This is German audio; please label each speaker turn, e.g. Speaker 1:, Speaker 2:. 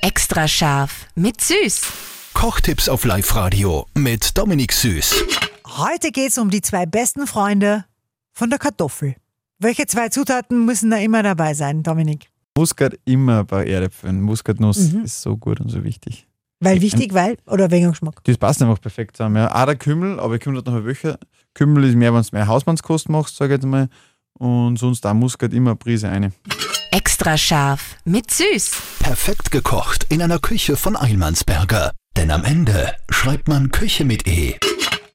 Speaker 1: Extra scharf mit Süß.
Speaker 2: Kochtipps auf Live-Radio mit Dominik Süß.
Speaker 3: Heute geht's um die zwei besten Freunde von der Kartoffel. Welche zwei Zutaten müssen da immer dabei sein, Dominik?
Speaker 4: Muskat immer bei Erdäpfeln. Muskatnuss ist so gut und so wichtig.
Speaker 3: Weil wichtig, weil oder wegen dem Geschmack.
Speaker 4: Das passt einfach perfekt zusammen. Ja. Auch der Kümmel, aber Kümmel hat noch eine Woche. Kümmel ist mehr, wenn du mehr Hausmannskost machst, sage ich jetzt mal. Und sonst da Muskat immer eine Prise eine.
Speaker 1: Extra scharf mit Süß.
Speaker 2: Perfekt gekocht in einer Küche von Eilmannsberger. Denn am Ende schreibt man Küche mit E.